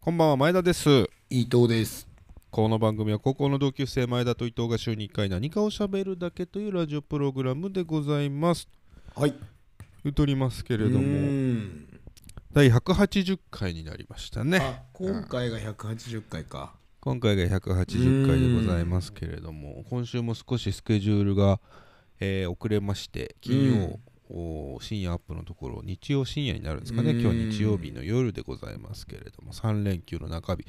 こんばんは前田です伊藤です。この番組は高校の同級生前田と伊藤が週に1回何かを喋るだけというラジオプログラムでございますはい。言うとりますけけれども第180回になりましたねあ、今回が180回か。今回が180回でございますけれども今週も少しスケジュールが、えー遅れまして金曜、お深夜アップのところ日曜深夜になるんですかねうん今日日曜日の夜でございますけれども3連休の中日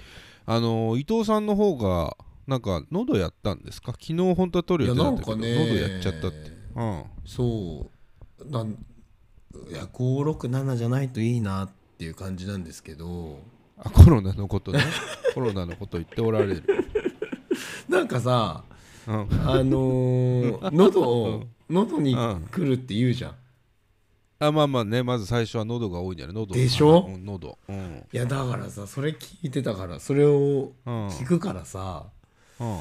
あのー伊藤さんの方がなんか喉やったんですか昨日本当は取る予定だったけど、いやなんかね喉やっちゃったってうんそう。なんいや567じゃないといいなっていう感じなんですけどあコロナのこと ねコロナのこと言っておられる、なんかさうん、あ のー喉を喉に来るって言うじゃんあまあまあねまず最初は喉が多いんじゃない喉でしょうん喉うん、いやだからさそれ聞いてたからそれをうん聞くからさうん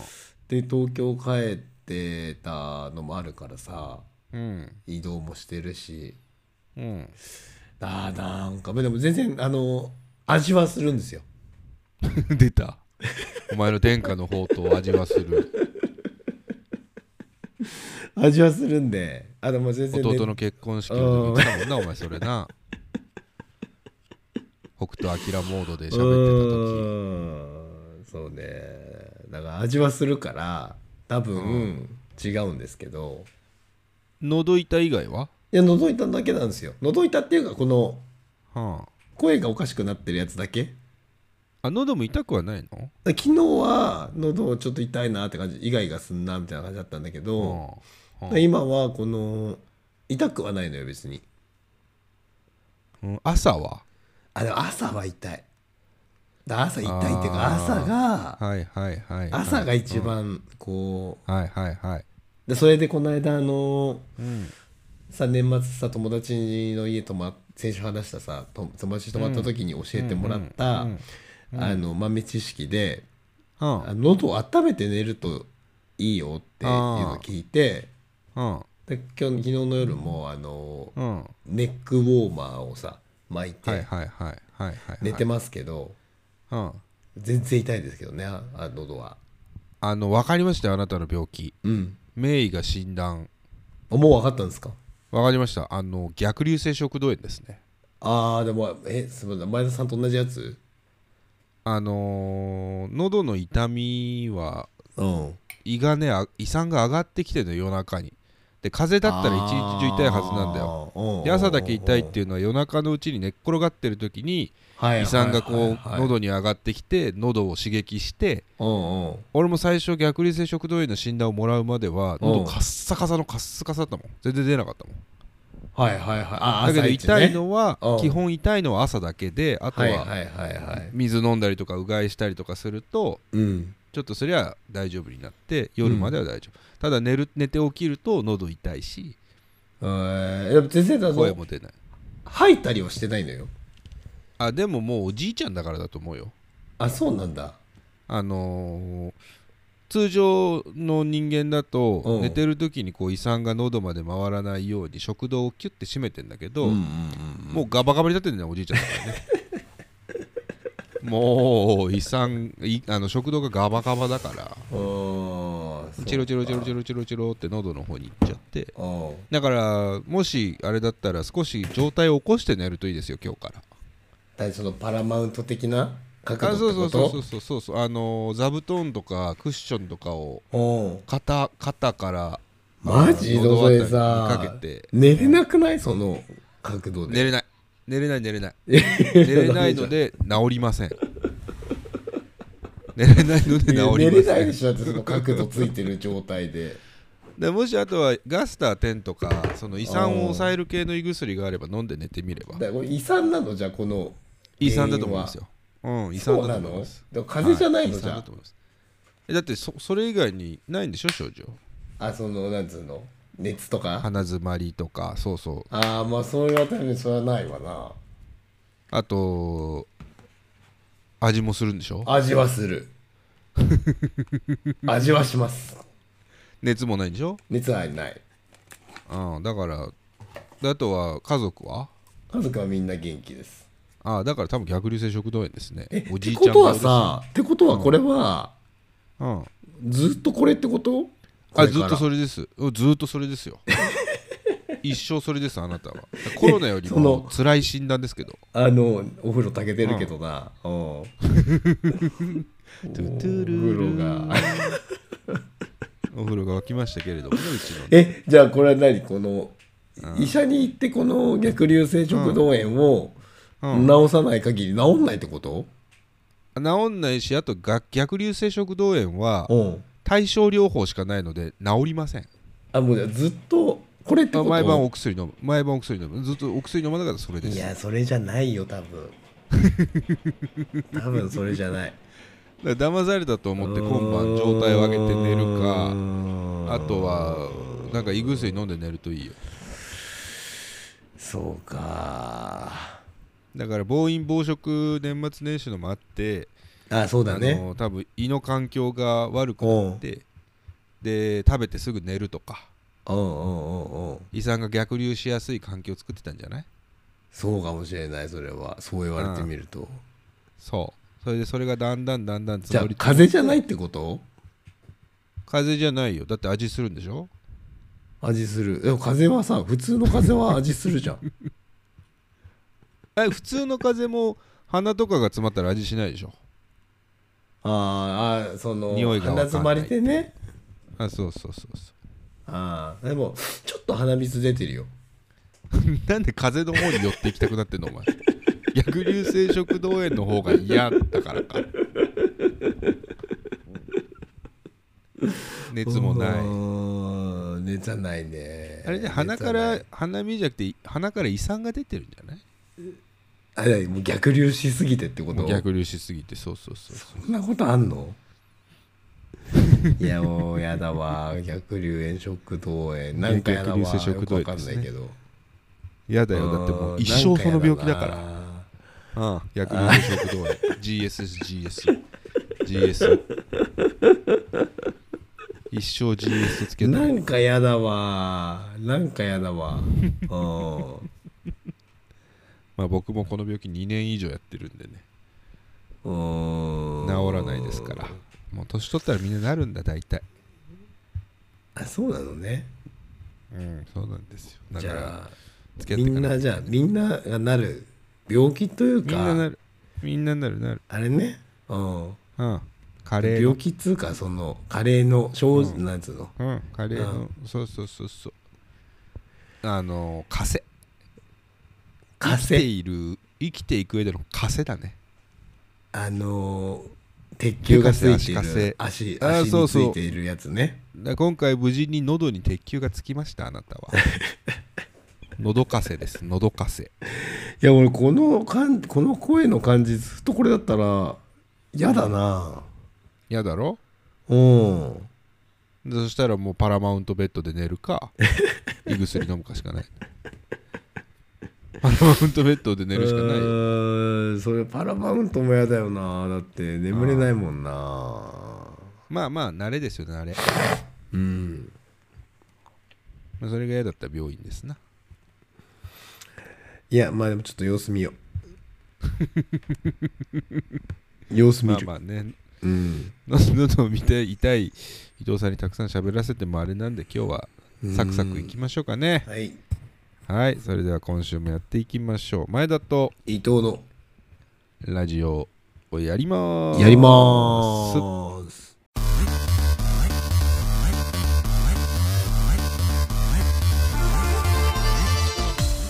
で東京帰ってたのもあるからさうん移動もしてるし うん、 あーなんかでも全然あの味はするんですよ出たお前の天下の宝刀を味はする味はするんであでも全然、ね、弟の結婚式の時言ってたもんなお前それ な北斗晶モードでう喋ってーんそうねだから味はするから多分、違うんですけたど時喉痛以外は、いや覗いただけなんですよ覗いたっていうかこのは声がおかしくなってるやつだけあ、あ喉も痛くはないの昨日は喉ちょっと痛いなって感じイガイガすんなみたいな感じだったんだけど、うんだから今はこの痛くはないのよ別にうん、朝はあでも朝は痛いだから朝痛いっていうかあー朝がはいはいはい、はい、朝が一番こうはいはいはい、でそれでこの間あのうん、さ年末さ友達の家泊ま先週話したさと友達と泊まった時に教えてもらったあの豆知識でうんあ喉を温めて寝るといいよっていうのを聞いてうんで今日昨日の夜もあのうんはネックウォーマーをさ巻いいはいてはいはいはいはい寝てますけどうん全然痛いですけどねああ喉はあの分かりましたよあなたの病気うん名医が診断あもう分かったんですかわかりました。あの逆流性食道炎ですね。ああでもえすみません前田さんと同じやつあのー喉の痛みはうん胃がねあ胃酸が上がってきてるのよ夜中に。で風邪だったら一日中痛いはずなんだよ。よで朝だけ痛いっていうのは夜中のうちに寝っ転がってる時に胃酸がこう喉に上がってきて喉を刺激してうんうん俺も最初逆流性食道炎の診断をもらうまではう喉んカッサカサのカッサカサだったもん全然出なかったもんはいはいはいあだけど朝一痛ねいのはうん基本痛いのは朝だけであとはいははいはいはい水飲んだりとかうがいしたりとかするとうんちょっとそりゃ大丈夫になって夜までは大丈夫、ただ寝る寝て起きると喉痛いしえーでも先生だ声とも出ない吐いたりはしてないのよあでももうおじいちゃんだからだと思うよあそうなんだあのー通常の人間だとうん寝てる時にこう胃酸が喉まで回らないように食道をキュッて閉めてんだけど、んもうガバガバに立ってんだよおじいちゃんだから ねもう胃酸いあの食道がガバガバだからうんあチロチロチロロチロチロチロって喉の方に行っちゃってあだからもしあれだったら少し状態を起こして寝るといいですよ今日からだからそのパラマウント的な角あ度そっうてそこうとそうそうそうそうあのー座布団とかクッションとかをうん肩肩からマジ喉そ辺りれにさかけて寝れなくないその角度で寝れない寝れない寝れ ない寝れないので治りません寝れないので治りません寝れないでしょだってその角度ついてる状態ででもしあとはガスター10とかその胃酸を抑える系の胃薬があれば飲んで寝てみればだからこれ遺産なのじゃあこの遺産だと思いますよ。うん、遺産そうだなと思いのます。でも風邪じゃないはの遺じ産ゃだんと思いますえだってそそれ以外にないんでしょ症状あそのなんつうの熱とか鼻詰まりとかそうそうああまあそれは多分それはないわなあと味もするんでしょ味は する味はします熱もないんでしょ、熱はないうん、だからであとは家族は家族はみんな元気ですああだから多分逆流性食道炎ですねえおじいっちてゃこんがとはさってことはこれは、うんずっとこれってことあずっとれそれですうんずっとそれ ですよ一生それですあなたはコロナよりそのも辛い診断ですけどからあのお風呂炊けてるけどな、うん、おトゥト風ゥルル呂がお風呂が沸きましたけれどもねうちのねえじゃあこれは何この、医者に行ってこの逆流性食道炎をうん治さない限り治んないってこと、治んないしあとが逆流性食道炎はうん、対症療法しかないので治りませんあもうじゃあずっとこれってこと毎晩お薬飲む毎晩お薬飲むずっとお薬飲まなかったらそれでいすだかやそれじゃないよ多分 多分それじゃないら騙されたと思って今晩状態を上げて寝るうーかんあとはなんか胃薬飲んで寝るといいよそうかだから暴飲暴食年末年始のもあってあそうだあねの多分胃の環境が悪くなってで食べてすぐ寝るとかうんうんうんうん胃酸が逆流しやすい環境を作ってたんじゃないそうかもしれないそれはそう言われてみるとそうそれでそれがだんだんだんだんじゃあ募りつ風邪じゃないってこと風邪じゃないよだって味するんでしょ味するでも風邪はさ普通の風邪は味するじ ゃんえ普通の風邪も鼻とかが詰まったら味しないでしょあーあーその匂いがわかんない鼻詰まりでねあそうそうそうそああでもちょっと鼻水出てるよう なんで風邪の方に寄っていきたくなってんのお 前逆流性食道炎の方が嫌だからか熱もなういーん熱はないねあれね熱は鼻かならい鼻水じゃなくて鼻から胃酸が出てるんじゃないあれもう逆流しすぎてってこともう逆流しすぎてそうそうそうそうそんなことあんのいやもうやだわ逆流炎食道炎なんかやだわ逆流性食道炎でよくわかんすなねいけど嫌だよだってもう一生その病気だからうん、逆流性食道炎 GSGS GS 一生 GS つけなたいんかやだわなんかや だわうんまあ僕もこの病気2年以上やってるんでねうん治らないですからもう年取ったらみんななるんだ大体あそうなのねうんそうなんですよだじからゃあつけてみかんなきゃじゃあみんながなる病気というみんななかるみんななるなるあれねうんうんカレーの病気っつうかその加齢の症状なんつうのうん、カレーの、そうそうそうそうあの枷火生きて星いる生きていく上での枷だねあのー鉄球がついてい火星る足あー足そにうつそういているやつねだ今回無事に喉に鉄球がつきましたあなたは 喉枷です喉枷いや俺このかんこの声の感じずっとこれだったら嫌だな嫌だろうんそしたらもうパラマウントベッドで寝るか胃薬飲むかしかないパラマウントベッドで寝るしかなういよーんそれパラマウントも嫌だよなだって眠れないもんなまあまあ慣れですよ慣れうんまあそれが嫌だったら病院ですないやまあでもちょっと様子見よう 様子見まある、まあねうん喉を見て痛い伊藤さんにたくさん喋らせてもあれなんで今日はサクサクいきましょうかねはいはいそれでは今週もやっていきましょう前田と伊藤のラジオをやりまーすやりまーす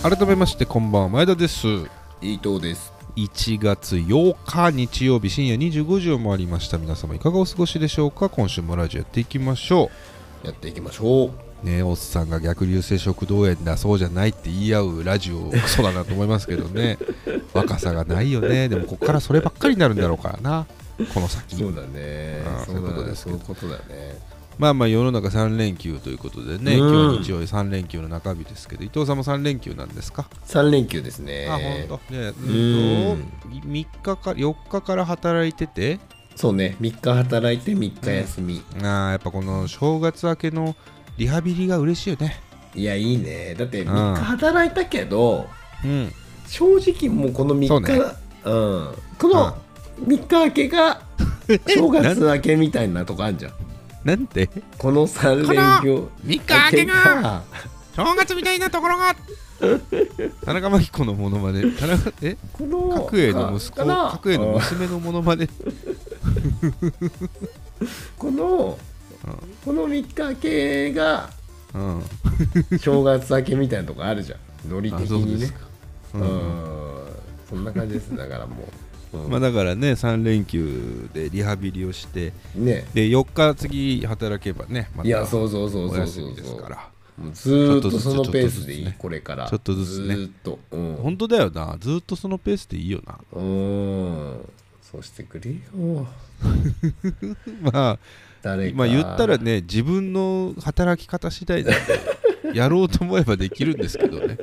改めましてこんばんは前田です伊藤です1月8日日曜日深夜25時を回りました皆様いかがお過ごしでしょうか今週もラジオやっていきましょやっていきましょううねえおっさんが逆流性食道炎だそうじゃないって言い合うラジオクソだなと思いますけどね若さがないよねでもこっからそればっかりになるんだろうからなこの先そうだねあーそそうういうこだとでねすそけういどうことだねまあまあ世の中3連休ということでね、うん今日日曜日3連休の中日ですけど伊藤さんも3連休なんですか、 3連休ですねあ本当。ねえっとん3日か4日から働いててそうね3日働いて3日休み、あーやっぱこの正月明けのリハビリが嬉しいよねいやいいねだってん3日働いたけど、うん正直もうこの3そう日、ねうん、この3日明け が正月明けみたいなとこあるじゃんなんてこの3この連休3日明けが正月みたいなところが 田中真紀子のものまで田中えこの角栄の息か子な角栄のうん娘のものまでこのこの3日明けがうん、うん、正月明けみたいなとこあるじゃんノリあ的そうにでねすか、ううんんそんな感じですだからもう、うんまあ、だからね3連休でリハビリをしてねで4日次働けばねまいやたそうそうそうおそう休そうみですからもうずーっちょっととずつそのペースでいちょっとずついねこれからちょっとずつねずーっとうん本当だよなずっとそのペースでいいよ なうーんそうしてくれよまあ誰かまあ言ったらね自分の働き方次 第なんでやろうと思えばできるんですけどね、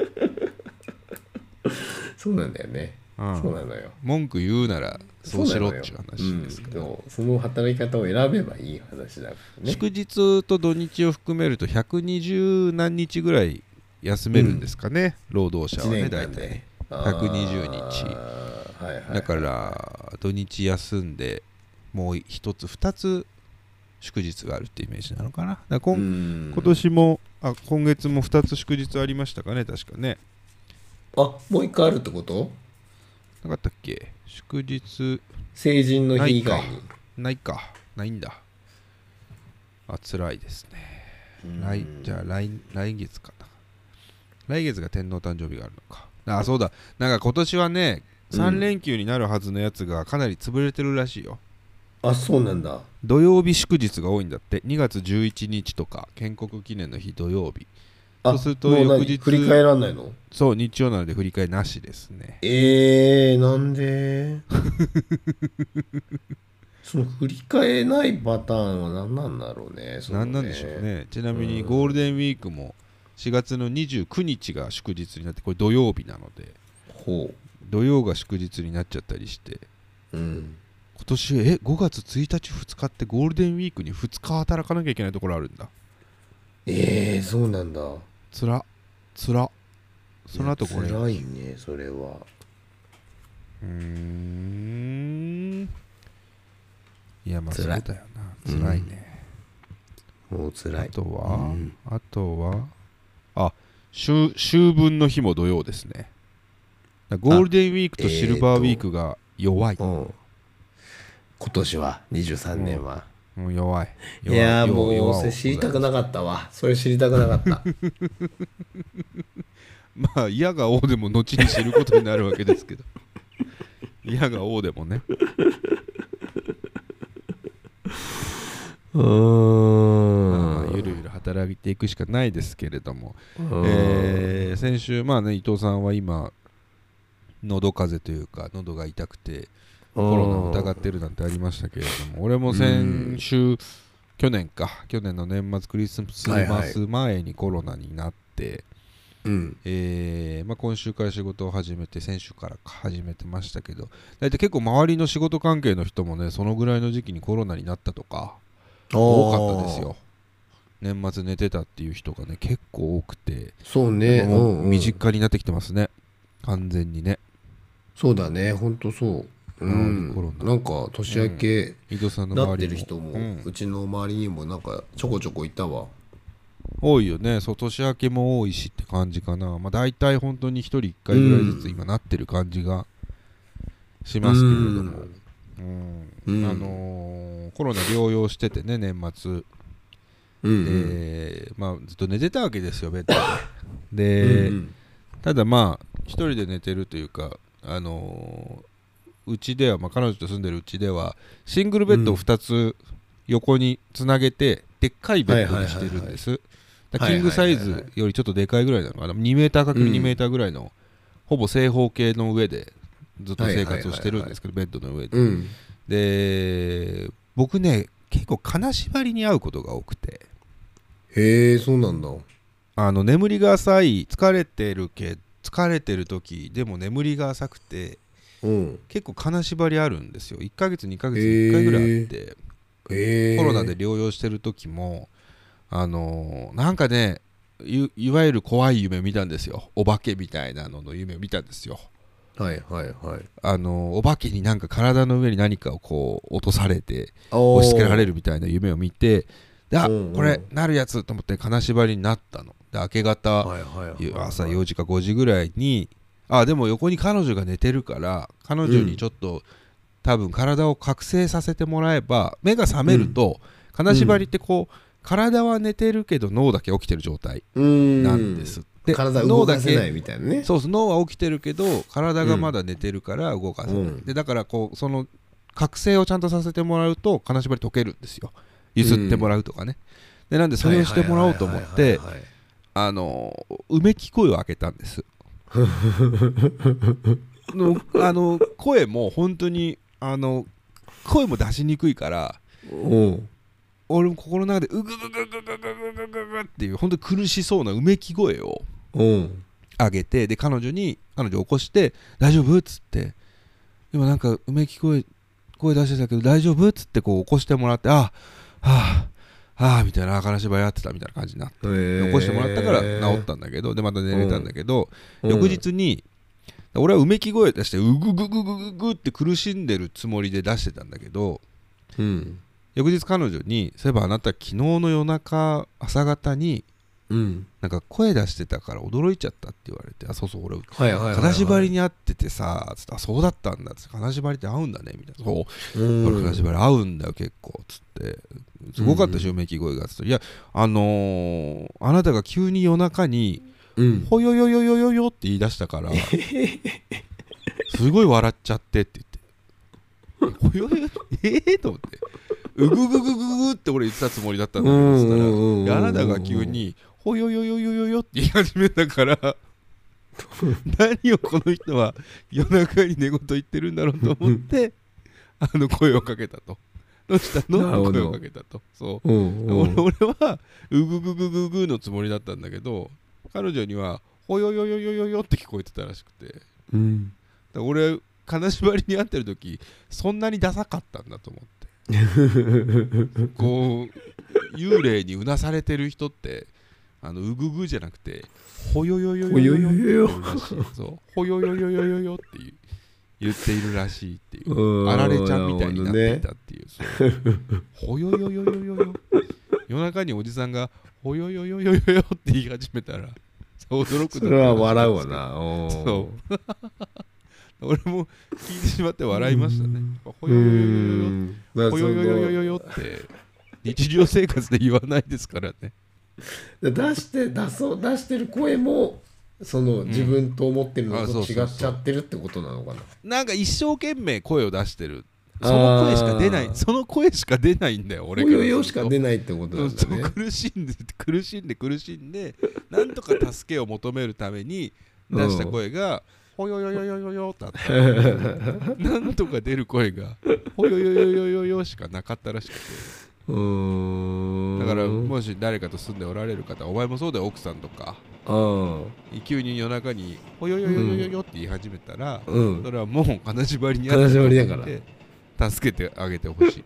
そうなんだよね、う、そうんなのよ文句言うならそうしろっていうそなの話よですけうど、んそうその働き方を選べばいい話だからね祝日と土日を含めると120何日ぐらい休めるんですかね、労働者はね大体ね120日日はいはいだから土日休んでもう一つ二つ祝日があるってイメージなのかなだから今今今年もあ今月も2つ祝日ありましたかね確かねあもう一回あるってことなかったっけ祝日成人の日以外ないにないかないんだあ辛いですね来じゃあ来来月かな来月が天皇誕生日があるのかあそうだなんか今年はねうん3連休になるはずのやつがかなり潰れてるらしいよ、あそうなんだ土曜日祝日が多いんだって2月11日とか建国記念の日土曜日あそうするともう何翌日振り返らないのそう日曜なので振り替えなしですねえー、なんで その振り返えないパターンは何なんだろうねその何なんでしょうねちなみにゴールデンウィークも4月の29日が祝日になってこれ土曜日なのでほ土曜が祝日になっちゃったりしてううん今年え5月1日2日ってゴールデンウィークに2日働かなきゃいけないところあるんだえー、そうなんだつらつらその後これいうや辛いねそれはーんいやまあそう辛だいよなつらいね、もう辛あいとは、うんあとはあ秋秋分の日も土曜ですねだゴールデンウィークとシルバーウィークが弱い、うん今年は23年は、うん弱いいやー弱もう弱それ知りたくいなかったわそれ知りたくなかった まあ嫌が王でも後に知ることになるわけですけど 嫌が王でもねうーまあんゆるゆる働いていくしかないですけれども、うんえー先週まあね伊藤さんは今喉風邪というか喉が痛くてコロナを疑ってるなんてありましたけれども俺も先週去年か去年の年末クリスはいはマいス前にコロナになって、うんえーまあ、今週から仕事を始めて先週からか始めてましたけど大体結構周りの仕事関係の人もねそのぐらいの時期にコロナになったとか多かったですよ年末寝てたっていう人がね結構多くて、そうねもううん身近になってきてますね完全にねそうだねほんとそう、ううんコロん、ナなんか年明け井戸さんの周りもなってる人も、ううんちの周りにもなんかちょこちょこいたわ多いよねそう年明けも多いしって感じかな、まあ、大体本当に1人1回ぐらいずつ今なってる感じがしますけれども、うんうんあのーコロナ療養しててね年末うんうんうんで、まあ、ずっと寝てたわけですよベッド で。うんで、うんただまあ一人で寝てるというかあのーうちでは、まあ、彼女と住んでるうちではシングルベッドをうん2つ横につなげて、でっかいベッドにしてるんです、だからキングサイはいはいはズいはよりちょっとでかいぐらいなのかな2メーター ×2 うんメーターぐらいの、ほぼ正方形の上でずっと生活をしてるんですけど、ベッドの上で、うんで僕ね結構金縛りに遭うことが多くてへえそうなんだあの眠りが浅い疲れてるけ疲れてる時でも眠りが浅くてうん結構金縛りあるんですよ1ヶ月2ヶ月へにー1回ぐらいあって、へえコロナで療養してる時もあのーなんかねいいわゆる怖い夢見たんですよお化けみたいなのの夢見たんですよはいはいはいあのお化けになんか体の上に何かをこう落とされて押押し付けられるみたいな夢を見てであ、うんうんこれなるやつと思って金縛りになったので明け方、はいはいはいはい朝4時か5時ぐらいにあでも横に彼女が寝てるから彼女にちょっと、多分体を覚醒させてもらえば目が覚めると、金縛りってこう体は寝てるけど脳だけ起きてる状態うーんなんです、で体脳動だかせけないみたいなねそうそう脳は起きてるけど体がまだ寝てるから動かせない、うんでだからこうその覚醒をちゃんとさせてもらうと金縛り解けるんですよゆすってもらうとかね、でなんでそれをしてもらおうと思ってはいはいはいはいはいあのうめき声を開けたんですのあの声も本当にあの声も出しにくいからうん俺も心の中でうぐぐぐぐぐぐぐぐぐっていう本当に苦しそうなうめき声をうんあげてで彼女に彼女を起こして「大丈夫?」っつって「今なんかうめき声声出してたけど大丈夫?」っつってこう起こしてもらって「ああはあはあ」みたいな金縛りやってたみたいな感じになってで起こしてもらったから治ったんだけどでまた寝れたんだけど、うん翌日に俺はうめき声出してうぐぐぐぐぐぐって苦しんでるつもりで出してたんだけどうん翌日彼女に「そういえばあなた昨日の夜中朝方にうんなんか声出してたから驚いちゃった」って言われて「あそうそう俺はいはいはいはい金縛りに合っててさ」つってあそうだったんだ」つって「金縛りって合うんだね」みたいな「そううん俺金縛り合うんだよ結構」つって「すごかったでしょめき声が」つって「いやあのーあなたが急に夜中にうんほよよよよよよって言い出したからすごい笑っちゃってって言って「ほよよよええと思って「うぐぐぐぐぐ」って俺言ってたつもりだったんだけどそしたらうんうんうんうんいやあなたが急に「ほよよよよよよ」って言い始めたから何をこの人は夜中に寝言言ってるんだろうと思ってあの声をかけたと。どうしたなるのほど声をかけたと。そううんうん俺俺はうぐぐぐぐぐのつもりだったんだけど彼女にはほよよよよよよって聞こえてたらしくてだかうんら俺金縛りに会ってる時そんなにダサかったんだと思 ってこう幽霊にうなされてる人ってあのうぐぐじゃなくてほよよよよよよよって言うらしいそうほよよよよよよっていう言っているらしいっていうあられちゃんみたいになっていたっていう。そうほよよよよよよ。夜中におじさんが、ほよよよよよよって言い始めたら、そう驚くそだろうなれは笑うわ。なうんそ俺も聞いてしまって笑いましたね。ほうよよよよよ。んだからほそよよよよのよよって、日常生活で言わないですからね。で出して出そう出してる声もその自分と思ってるのあとそうそうそ違うっちゃってるってことなのかななんか一生懸命声を出してる。あーその声しか出ない、その声しか出ないんだよ、俺ほからするよと。よしか出ないってことなんだそうね苦しんで苦しんで苦しんでなんとか助けを求めるために出した声が「ほよよよよよよ」だったなんとか出る声が「ほよよよよよよ」しかなかったらしくてうーんだからもし誰かと住んでおられる方お前もそうだよ奥さんとかう急に夜中に「ほよよよよよよ」って言い始めたら、んうんそれはもう金縛りにあ金縛りだからら助けてあげてほしい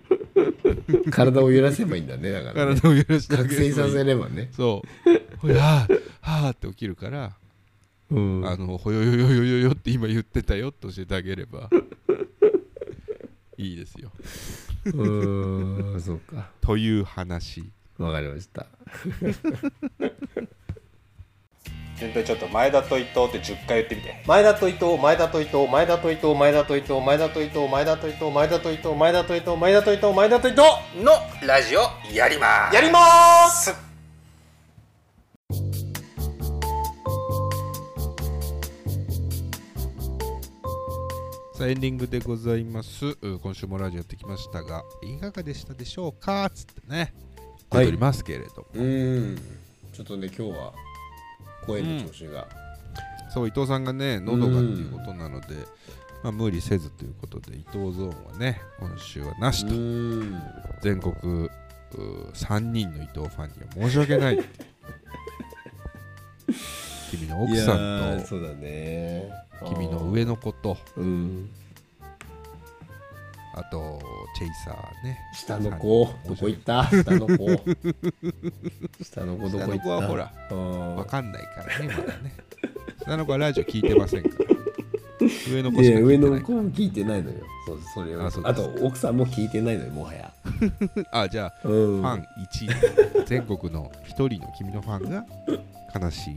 体を揺らせばいいんだねだからね体を許してあげてほし覚醒いさせればねそうほやはあって起きるからうんあの、ほよよよよよよって今言ってたよって教えてあげればいいですよ。うーんそうかという話。わかりました順平ちょっと前田と伊藤って10回言ってみて前田と伊藤前田と伊藤前田と伊藤前田と伊藤前田と伊藤前田と伊藤前田と伊藤前田と伊藤前田と伊藤前田と伊藤のラジオやりますやりますさあ、エンディングでございます。う今週もラジオやってきましたが、いかがでしたでしょうかつってね、は出いておりますけれども、うんちょっとね今日は声の調子が、そう、伊藤さんがね、喉がっていうことなので、まあ、無理せずということで、伊藤ゾーンはね、今週はなしうと。ん全国う3人の伊藤ファンには申し訳 ない。君の奥さんとそうだね君の上の子とうんあとチェイサーね下の子どこ行った下の子下の子どこ行下ったの子はほらうんわかんないからねまだね下の子はラジオ聞いてません から、上の子いしやか聞上いてなのい子も聞いてないのよそうそれはあそうであすと奥さんも聞いてないのよもはやあじゃあ、うんファン1位 全国の一人の君のファンが悲しい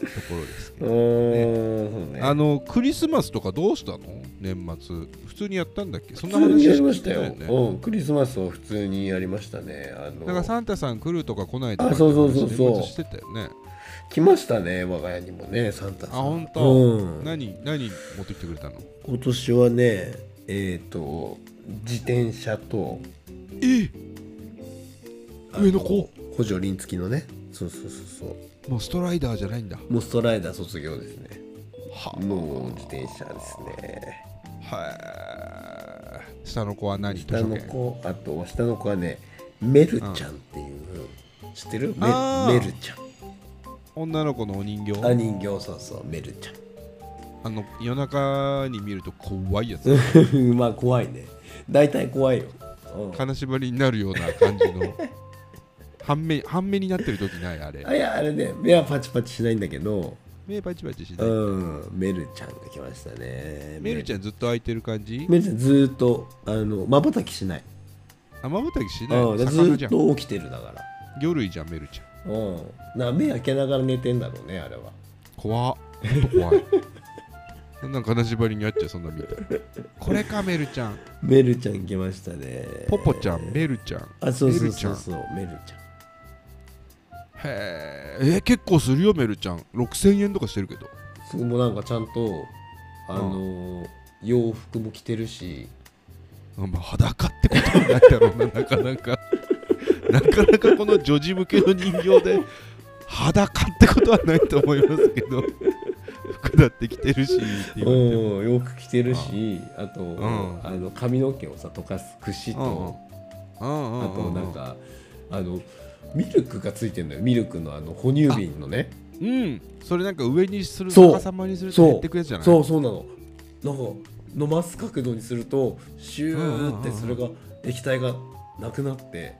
ところですけうど、ーんそうねあのクリスマスとかどうしたの年末普通にやったんだっけそんな普通に話やりました聞よいてないねうんクリスマスを普通にやりましたねあのだからサンタさん来るとか来ないとかあそうそうそうってそう話年末してたよね来ましたね我が家にもねサンタさんあ本当、うん、何何持ってきてくれたの今年はねえっ、と自転車とえあ上の子補助輪付きのねそうそうそうそうもうストライダーじゃないんだモストライダー卒業ですねはの自転車ですねはい下の子は何図下書の券子あと下の子はねメルちゃんっていう、知ってるメルあーメルちゃん女の子のお人形あ人形そうそうメルちゃあの夜中に見ると怖いやつん まあ怖いね大体怖いよ、うん金縛りになるような感じ の半目半目になってる時ないあれあいやあれね目はパチパチしないんだけど目パチパチしうないんメルちゃんが来ましたねメルちゃんずっと開いてる感じメルちゃんずーっとあの瞬きしない、あまぶたきしないうのん、ず魚じーゃっんと起きてるだから魚類じゃんメルちゃんうん、な目開けながら寝てんだろうねあれは怖っほんと怖い そんなん金縛りにあっちゃうそんなみたいこれかメルちゃんメルちゃん来ましたねポポちゃんメルちゃんあそうそうメルちそゃんうそうメルちゃんへーえー結構するよメルちゃん6000円とかしてるけどそれもなんかちゃんとあのー洋服も着てるしまあ、裸ってことになったろうな、なかなか。なかなかこの女児向けの人形で、裸ってことはないと思いますけど、服だって着てるしってう言っても。ん洋服着てるしあと、んあの髪の毛をさ溶かす櫛と、うんうんあとうんなんか、あのミルクがついてるのよミルクのあの哺乳瓶のねうん、それなんか上にする、そう逆さまにするとそう減ってくやつじゃないそうそうなのなんか飲ます角度にするとシューってそれが液体がなくなって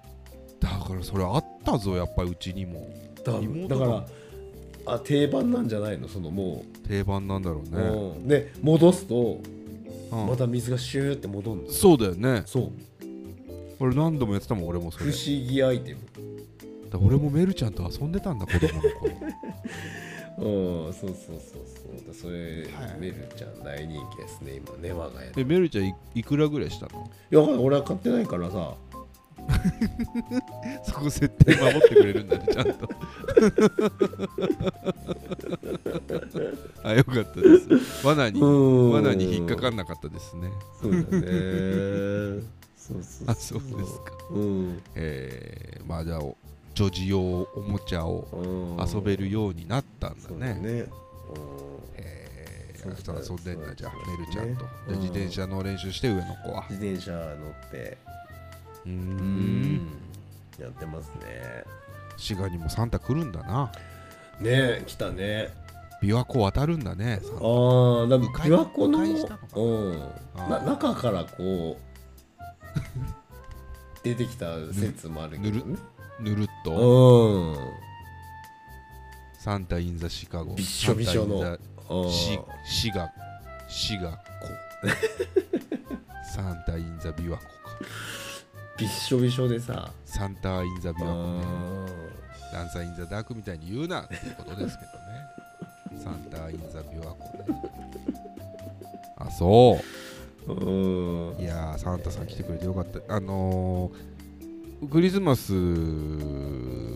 だからそれあったぞ、やっぱりうちにも。だ妹だだもんからあ定番なんじゃないのそのも定番なんだろうう、ね。うんで戻すとうんまた水がシューって戻るんですそうだよね。そう俺何度もやってたもん、俺もそ不れ。思議アイテムだから俺もメルちゃんと遊んでたんだ、子供の頃。うんそうそうそうそうでそれ、はいメルちゃん大人気ですね今ね我が家で え、メルちゃんいいくらぐらいしたのいや俺は買ってないからさそこ設定守ってくれるんだ ね、ちゃんと。あ、よかったです。罠に、うん罠に引っかかんなかったですね。そう だねそうそうあ、そうですか。うんえー、まあじゃあ、女児用おもちゃをうん遊べるようになったんだそうだね。ねえそうー、だ遊んでんだ、じゃあそう、だメねルちゃんと。うで、ん自転車の練習して、上の子は。自転車乗ってうー。うんやってますね滋賀にもサンタ来るんだな。ねえ来たね琵琶湖渡るんだね、サンタああ、なんか琵琶湖の、迂回したのかなうん、あなー中からこう出てきた説もあるけど、ね、ぬるっと。うん、サンタ・イン・ザ・シカゴ。びっしょびしょのサンタインザうんシシガシガコ サンタインザ琵琶湖かびっしょびしょでさ、サンタインザ琵琶う湖ねん、ダンサーインザダークみたいに言うなっていうことですけどねサンタインザ琵琶湖ねあそうんういやーサンタさん来てくれてよかったあのー、クリスマス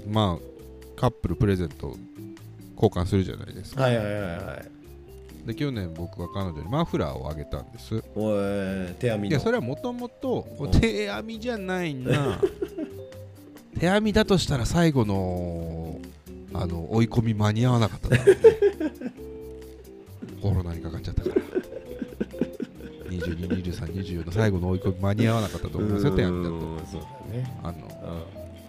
まあカップルプレゼント交換するじゃないですかはいはいはいはいで去年僕は彼女にマフラーをあげたんですおい手編みいやのそれはもともとうん手編みじゃないな 手編みだとしたら最後のあの追い込み間に合わなかっただ ろうねコロナにかかっちゃったから222324の最後の追い込み間に合わなかったと思いますよ手編みだとうんそうだねあの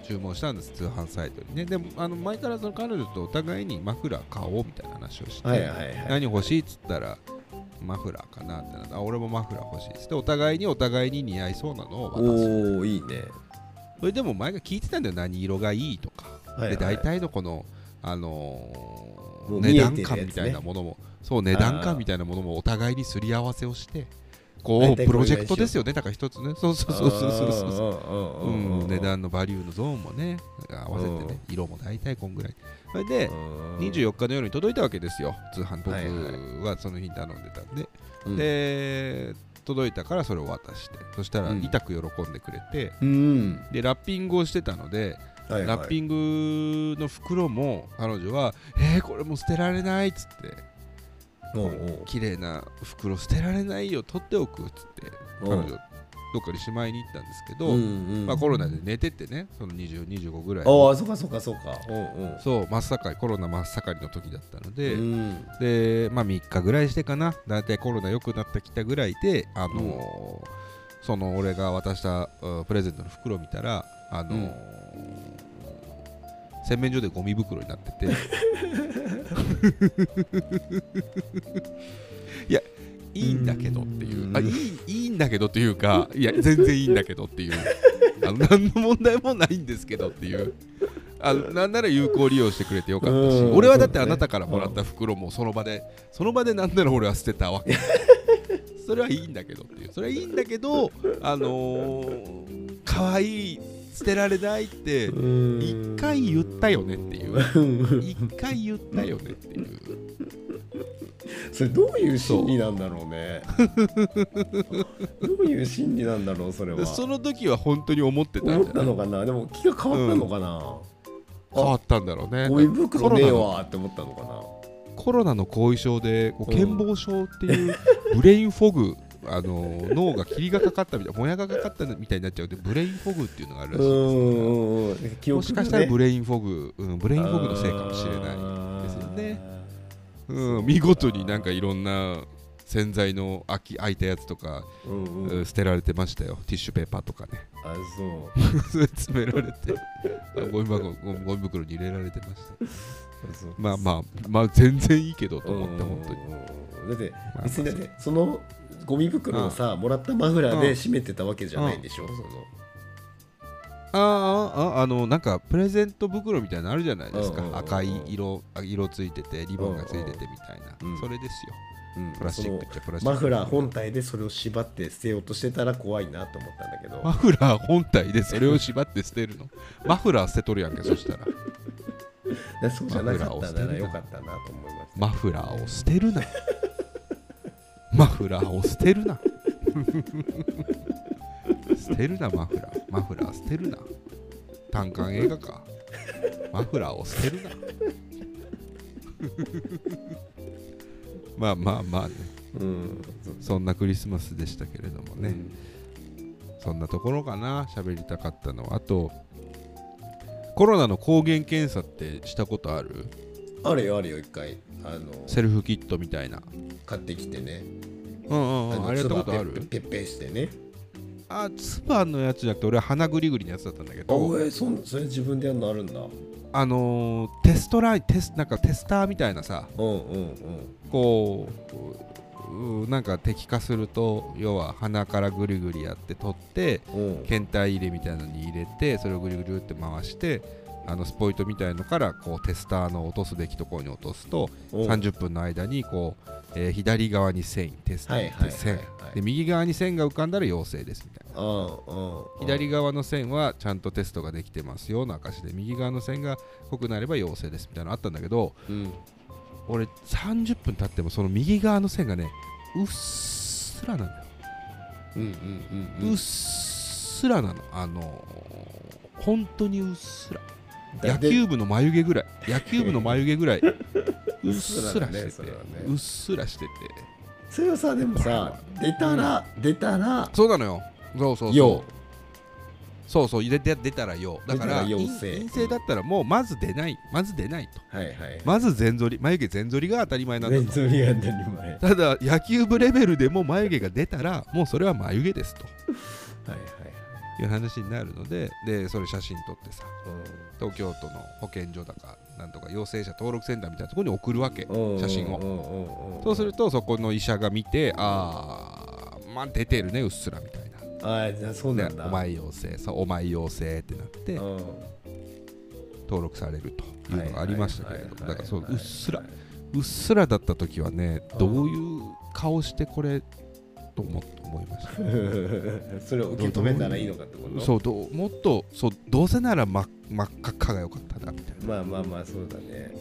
注文したんです通販サイトにねでもあの前からその彼女とお互いにマフラー買おうみたいな話をして、うんはいはいはい何欲しいっつったらマフラーかなってなってあ俺もマフラー欲しいっつってお互いにお互いに似合いそうなのを渡すおおいいねそれでも前が聞いてたんだよ何色がいいとか、はいはいで大体のこの、あのーもう値見え段てるやつね感みたいなものもそう値段感みたいなものもお互いにすり合わせをしてこ大う体プこロれぐらいしジよェうクトですよねだから一つねそうそうそうそうそうそうそううん、値段のバリューのゾーンもね合わせてね色も大体こんぐらいそれで24日の夜に届いたわけですよ通販僕はいはその日に頼んでたんで、うんで届いたからそれを渡してそしたらうん痛く喜んでくれて、うんでラッピングをしてたので、はいはいラッピングの袋も彼女は「えー、これもう捨てられない」っつっておう「綺麗な袋捨てられないよ取っておく」っつっておう彼女どっかにしまいに行ったんですけど、おううんうんまあ、コロナで寝ててねその2025ぐらいあのあそうかそうかそうかおうおうそう真っ盛りコロナ真っ盛りの時だったので、うんで、まあ、3日ぐらいしてかなだいたいコロナ良くなってきたぐらいで、あのーその俺が渡したうんプレゼントの袋を見たら、あのー洗面所でゴミ袋になってていやいいんだけどっていうあいいいいんだけどというかいや全然いいんだけどっていうあの何の問題もないんですけどっていうあのなんなら有効利用してくれてよかったしうん俺はだってそあうだなねたからもらった袋もその場でその場でなんなら俺は捨てたわ けそれはいいんだけどっていうそれはいいんだけどあのー、可愛い捨てられないって一回言ったよねっていう一回言ったよねっていうそれどういう心理なんだろう ねどういう心理なんだろうそれではその時は本当に思ってた思んっじゃたないのかなでも気が変わったのかな、変わったんだろうねゴミ袋ねコえロナのわって思ったのかコロナの後遺症でこううん健忘症って いうブレインフォグあのー脳が霧がかかったみたいもやがかかったみたいになっちゃうでブレインフォグっていうのがあるならうしいんですけどんうんうん記も憶しがかねしたらブレインフォグ、うん、ブレインフォグのせいかもしれない、なでいすよねうん、見事になんかいろんな洗剤の空き空いたやつとか、うんうんうん捨てられてましたよティッシュペーパーとかね あそうそれ詰められ てあゴミ箱ゴミゴミ袋に入れられてましたあそうまあまあまあ全然いいけどと思ってうんうん本当にうんだってまあ別にだってそのゴミ袋をさもらったマフラーで閉めてたわけじゃないんでしょそのああああのなんかプレゼント袋みたいなのあるじゃないですうんうんうんうかん赤い色あ色ついててリボンがついててみたいな、うんうんそれですようんプラスチックっちゃプラスチックマフラー本体でそれを縛って捨てようとしてたら怖いなと思ったんだけどマフラー本体でそれを縛って捨てるのマフラー捨てとるやんけそしたらだ そうじゃなかマフラーをっ捨たてるなならよかったなと思いましたマフラーを捨てるなマフラーを捨てるな捨てるなマフラーマフラー捨てるな単館映画かマフラーを捨てるな まあまあまあねうんそんなクリスマスでしたけれどもね、そんなところかな喋りたかったのはあとコロナの抗原検査ってしたことあるあるよあるよ一回あのセルフキットみたいな買ってきてねうんうんうん、のあれやったことある唾ペッペッペッペしてねあツバのやつじゃなくて俺は鼻ぐりぐりのやつだったんだけあどおえそんそれ自分でやるのあるんだあのーテストラインテスなんかテスターみたいなさうんうんうんこうううなんか摘化すると要は鼻からぐりぐりやって取ってうん検体入れみたいなのに入れてそれをぐりぐりって回してあのスポイトみたいのからこうテスターの落とすべきところに落とすとうん30分の間にこう、えー左側に線テスターに行っては線いはいはいはいで右側に線が浮かんだら陽性ですみたいな。うんうん左側の線はちゃんとテストができてますよの証で右側の線が濃くなれば陽性ですみたいなのあったんだけどうん俺30分経ってもその右側の線がねうっすらなのよ、うんうんうっすらなのあのー本当にうっすら野球部の眉毛ぐらい野球部の眉毛ぐ らいうっすらしてうってすらだねそれはねうっすらしててそれはさでもさ出たら、出たらそうなのよそうそうそうよそうそう出て出たら陽だから出たら陽陰性陰性だったらもうまず出ないまず出ないとはいはいまず全剃り眉毛全剃りが当たり前なんだ面取りが当たり前はいただ野球部レベルでも眉毛が出たらもうそれは眉毛ですとはいいう話になるのででそれ写真撮ってさうん東京都の保健所だかなんとか陽性者登録センターみたいなところに送るわけ写真ををそうするとそこの医者が見てあーまあ出てるねうっすらみたいなああじゃあそうなんでだお前陽性そうお前陽性ってなってうん登録されるというのがありましたけれどもはいはいはいはいだからそううっすらうっすらだった時はねうんどういう顔してこれと思思いました それを受け止めたらいいのかってことそうどうもっとそうどうせなら真っ真っ赤っかが良かったなみたいな、まあまあまあそうだね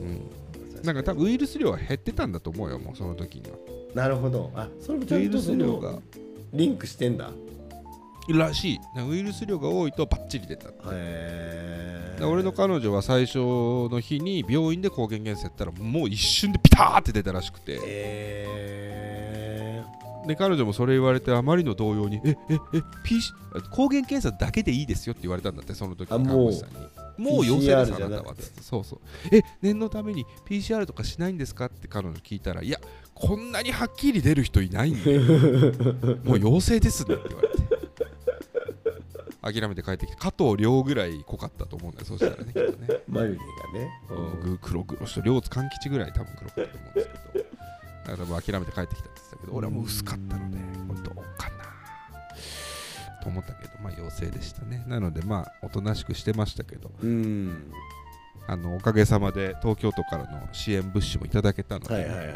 うん、うなんか多分ウイルス量は減ってたんだと思うよもうその時にはなるほどあそれもちゃウイんとルそス量がのリンクしてんだへらしいなんかウイルス量が多いとバッチリ出ただかえら俺の彼女は最初の日に病院で抗原検査やったらもう一瞬でピターって出たらしくてへえで彼女もそれ言われてあまりの動揺にえええ、PC、抗原検査だけでいいですよって言われたんだってその時あの看護師さんにもう陽性ですあ PCR じゃななたくはっててそうそうえ念のために PCR とかしないんですかって彼女聞いたらいやこんなにはっきり出る人いないんで もう陽性ですねって言われて諦めて帰ってきて加藤亮ぐらい濃かったと思うんだよそうしたらねきっとね眉毛がねぐ黒黒して両津勘吉ぐらい多分黒かったと思うんですけどだからもう諦めて帰ってきたって言ってたけど俺はもう薄かったのでこれどうかなと思ったけどまあ陽性でしたねなのでまあおとなしくしてましたけどうんあのおかげさまで東京都からの支援物資もいただけたので、はいはいはいはい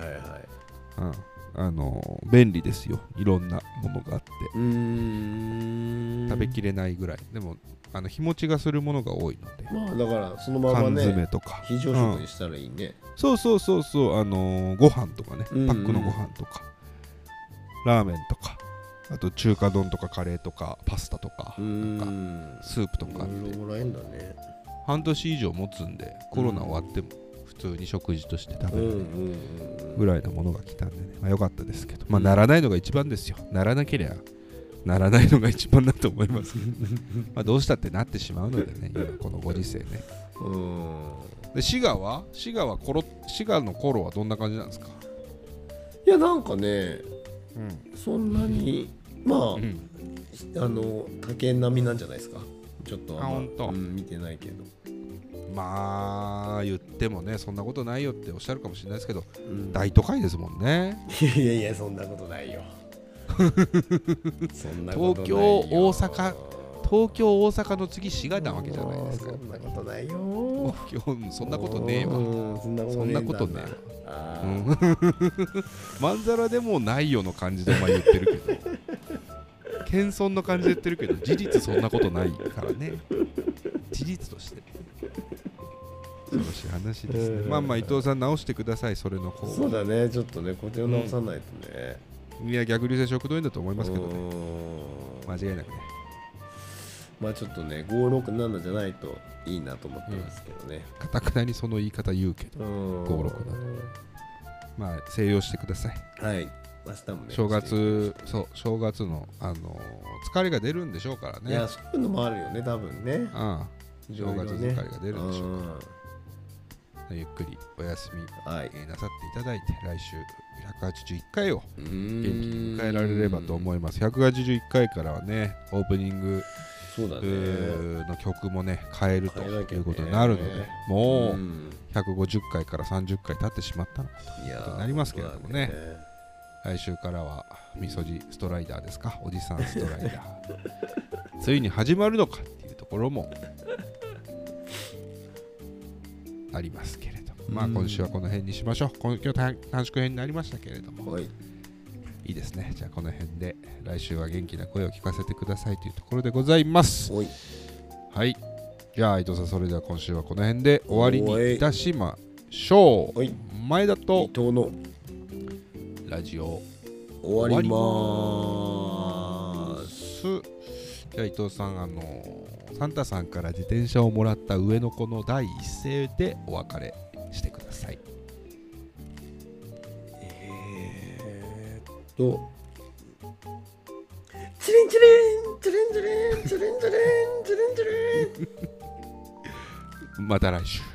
うんあの便利ですよいろんなものがあってうーん食べきれないぐらいでもあの日持ちがするものが多いのでまあだからそのまま缶詰ねとか、非常食にしたらいいねそうそうそうそう、あのーご飯とかね、パうんうんックのご飯とか、ラーメンとか、あと中華丼とかカレーとかパスタとか、うーんスープといかあっろいて、ろもらえんだね半年以上持つんで、コロナ終わっても普通に食事として食べうんうんるうんぐらいのものが来たんでね、まあ、よかったですけど、まあ、ならないのが一番ですよ。ならなけりゃ、ならないのが一番だと思い ますけど、まあどうしたってなってしまうのでね、今このご時世ね。うんで、滋賀は滋賀はコロ、滋賀の頃はどんな感じなんですかいやなんかねうん。そんなにまあ、うんあの他県並みなんじゃないですかちょっとああん本当ま、うん、見てないけど、まあ言ってもねそんなことないよっておっしゃるかもしれないですけどうん大都会ですもんねいやいやいやそんなことな いよそんなことな東いよ京大阪東京大阪の次滋賀なわけじゃないですかそんなことないよ東京そんなことねえわうんそんなことそんねえなことねえあうーんまんざらでもないよの感じでお前言ってるけど謙遜の感じで言ってるけど事実そんなことないからね事実として恐ろしい話ですねうんまあまあ伊藤さん直してくださいそれの方そうだねちょっとねこっちを直さないとね、いや逆流性食道炎だと思いますけどねうん間違いなくねまあちょっとね567じゃないといいなと思ってますけどね、かたくなにその言い方言うけどうん567まあ静養してくださいはい明日もね正月そう正月の、あのー疲れが出るんでしょうからいやねそういうのもあるよね多分ねあいろい正ろ月ね疲れが出るんでしょううんゆっくりお休み、はいえーなさっていただいて来週181回を元気元気に迎えられればと思います181回からはねオープニングそうだうねーの曲もね変えると変えなきゃいねうことになるのでもうん150回から30回経ってしまったのいやーなりますけれどもねそうだね来週からはみそじストライダーですかおじさんストライダー ついに始まるのかっていうところもありますけれどもまあうん今週はこの辺にしましょうこの今日短短縮編になりましたけれどもはいいいですねじゃあこの辺で来週は元気な声を聞かせてくださいというところでございますおいはいじゃあ伊藤さんそれでは今週はこの辺で終わりにいたしましょうおい前田伊と藤のラジオ終わりまーすす。じゃあ伊藤さん、あのーサンタさんから自転車をもらった上の子の第一声でお別れしてください。えーっとチリンチリンチリンチリンチリンチリンチリンチリンまた来週。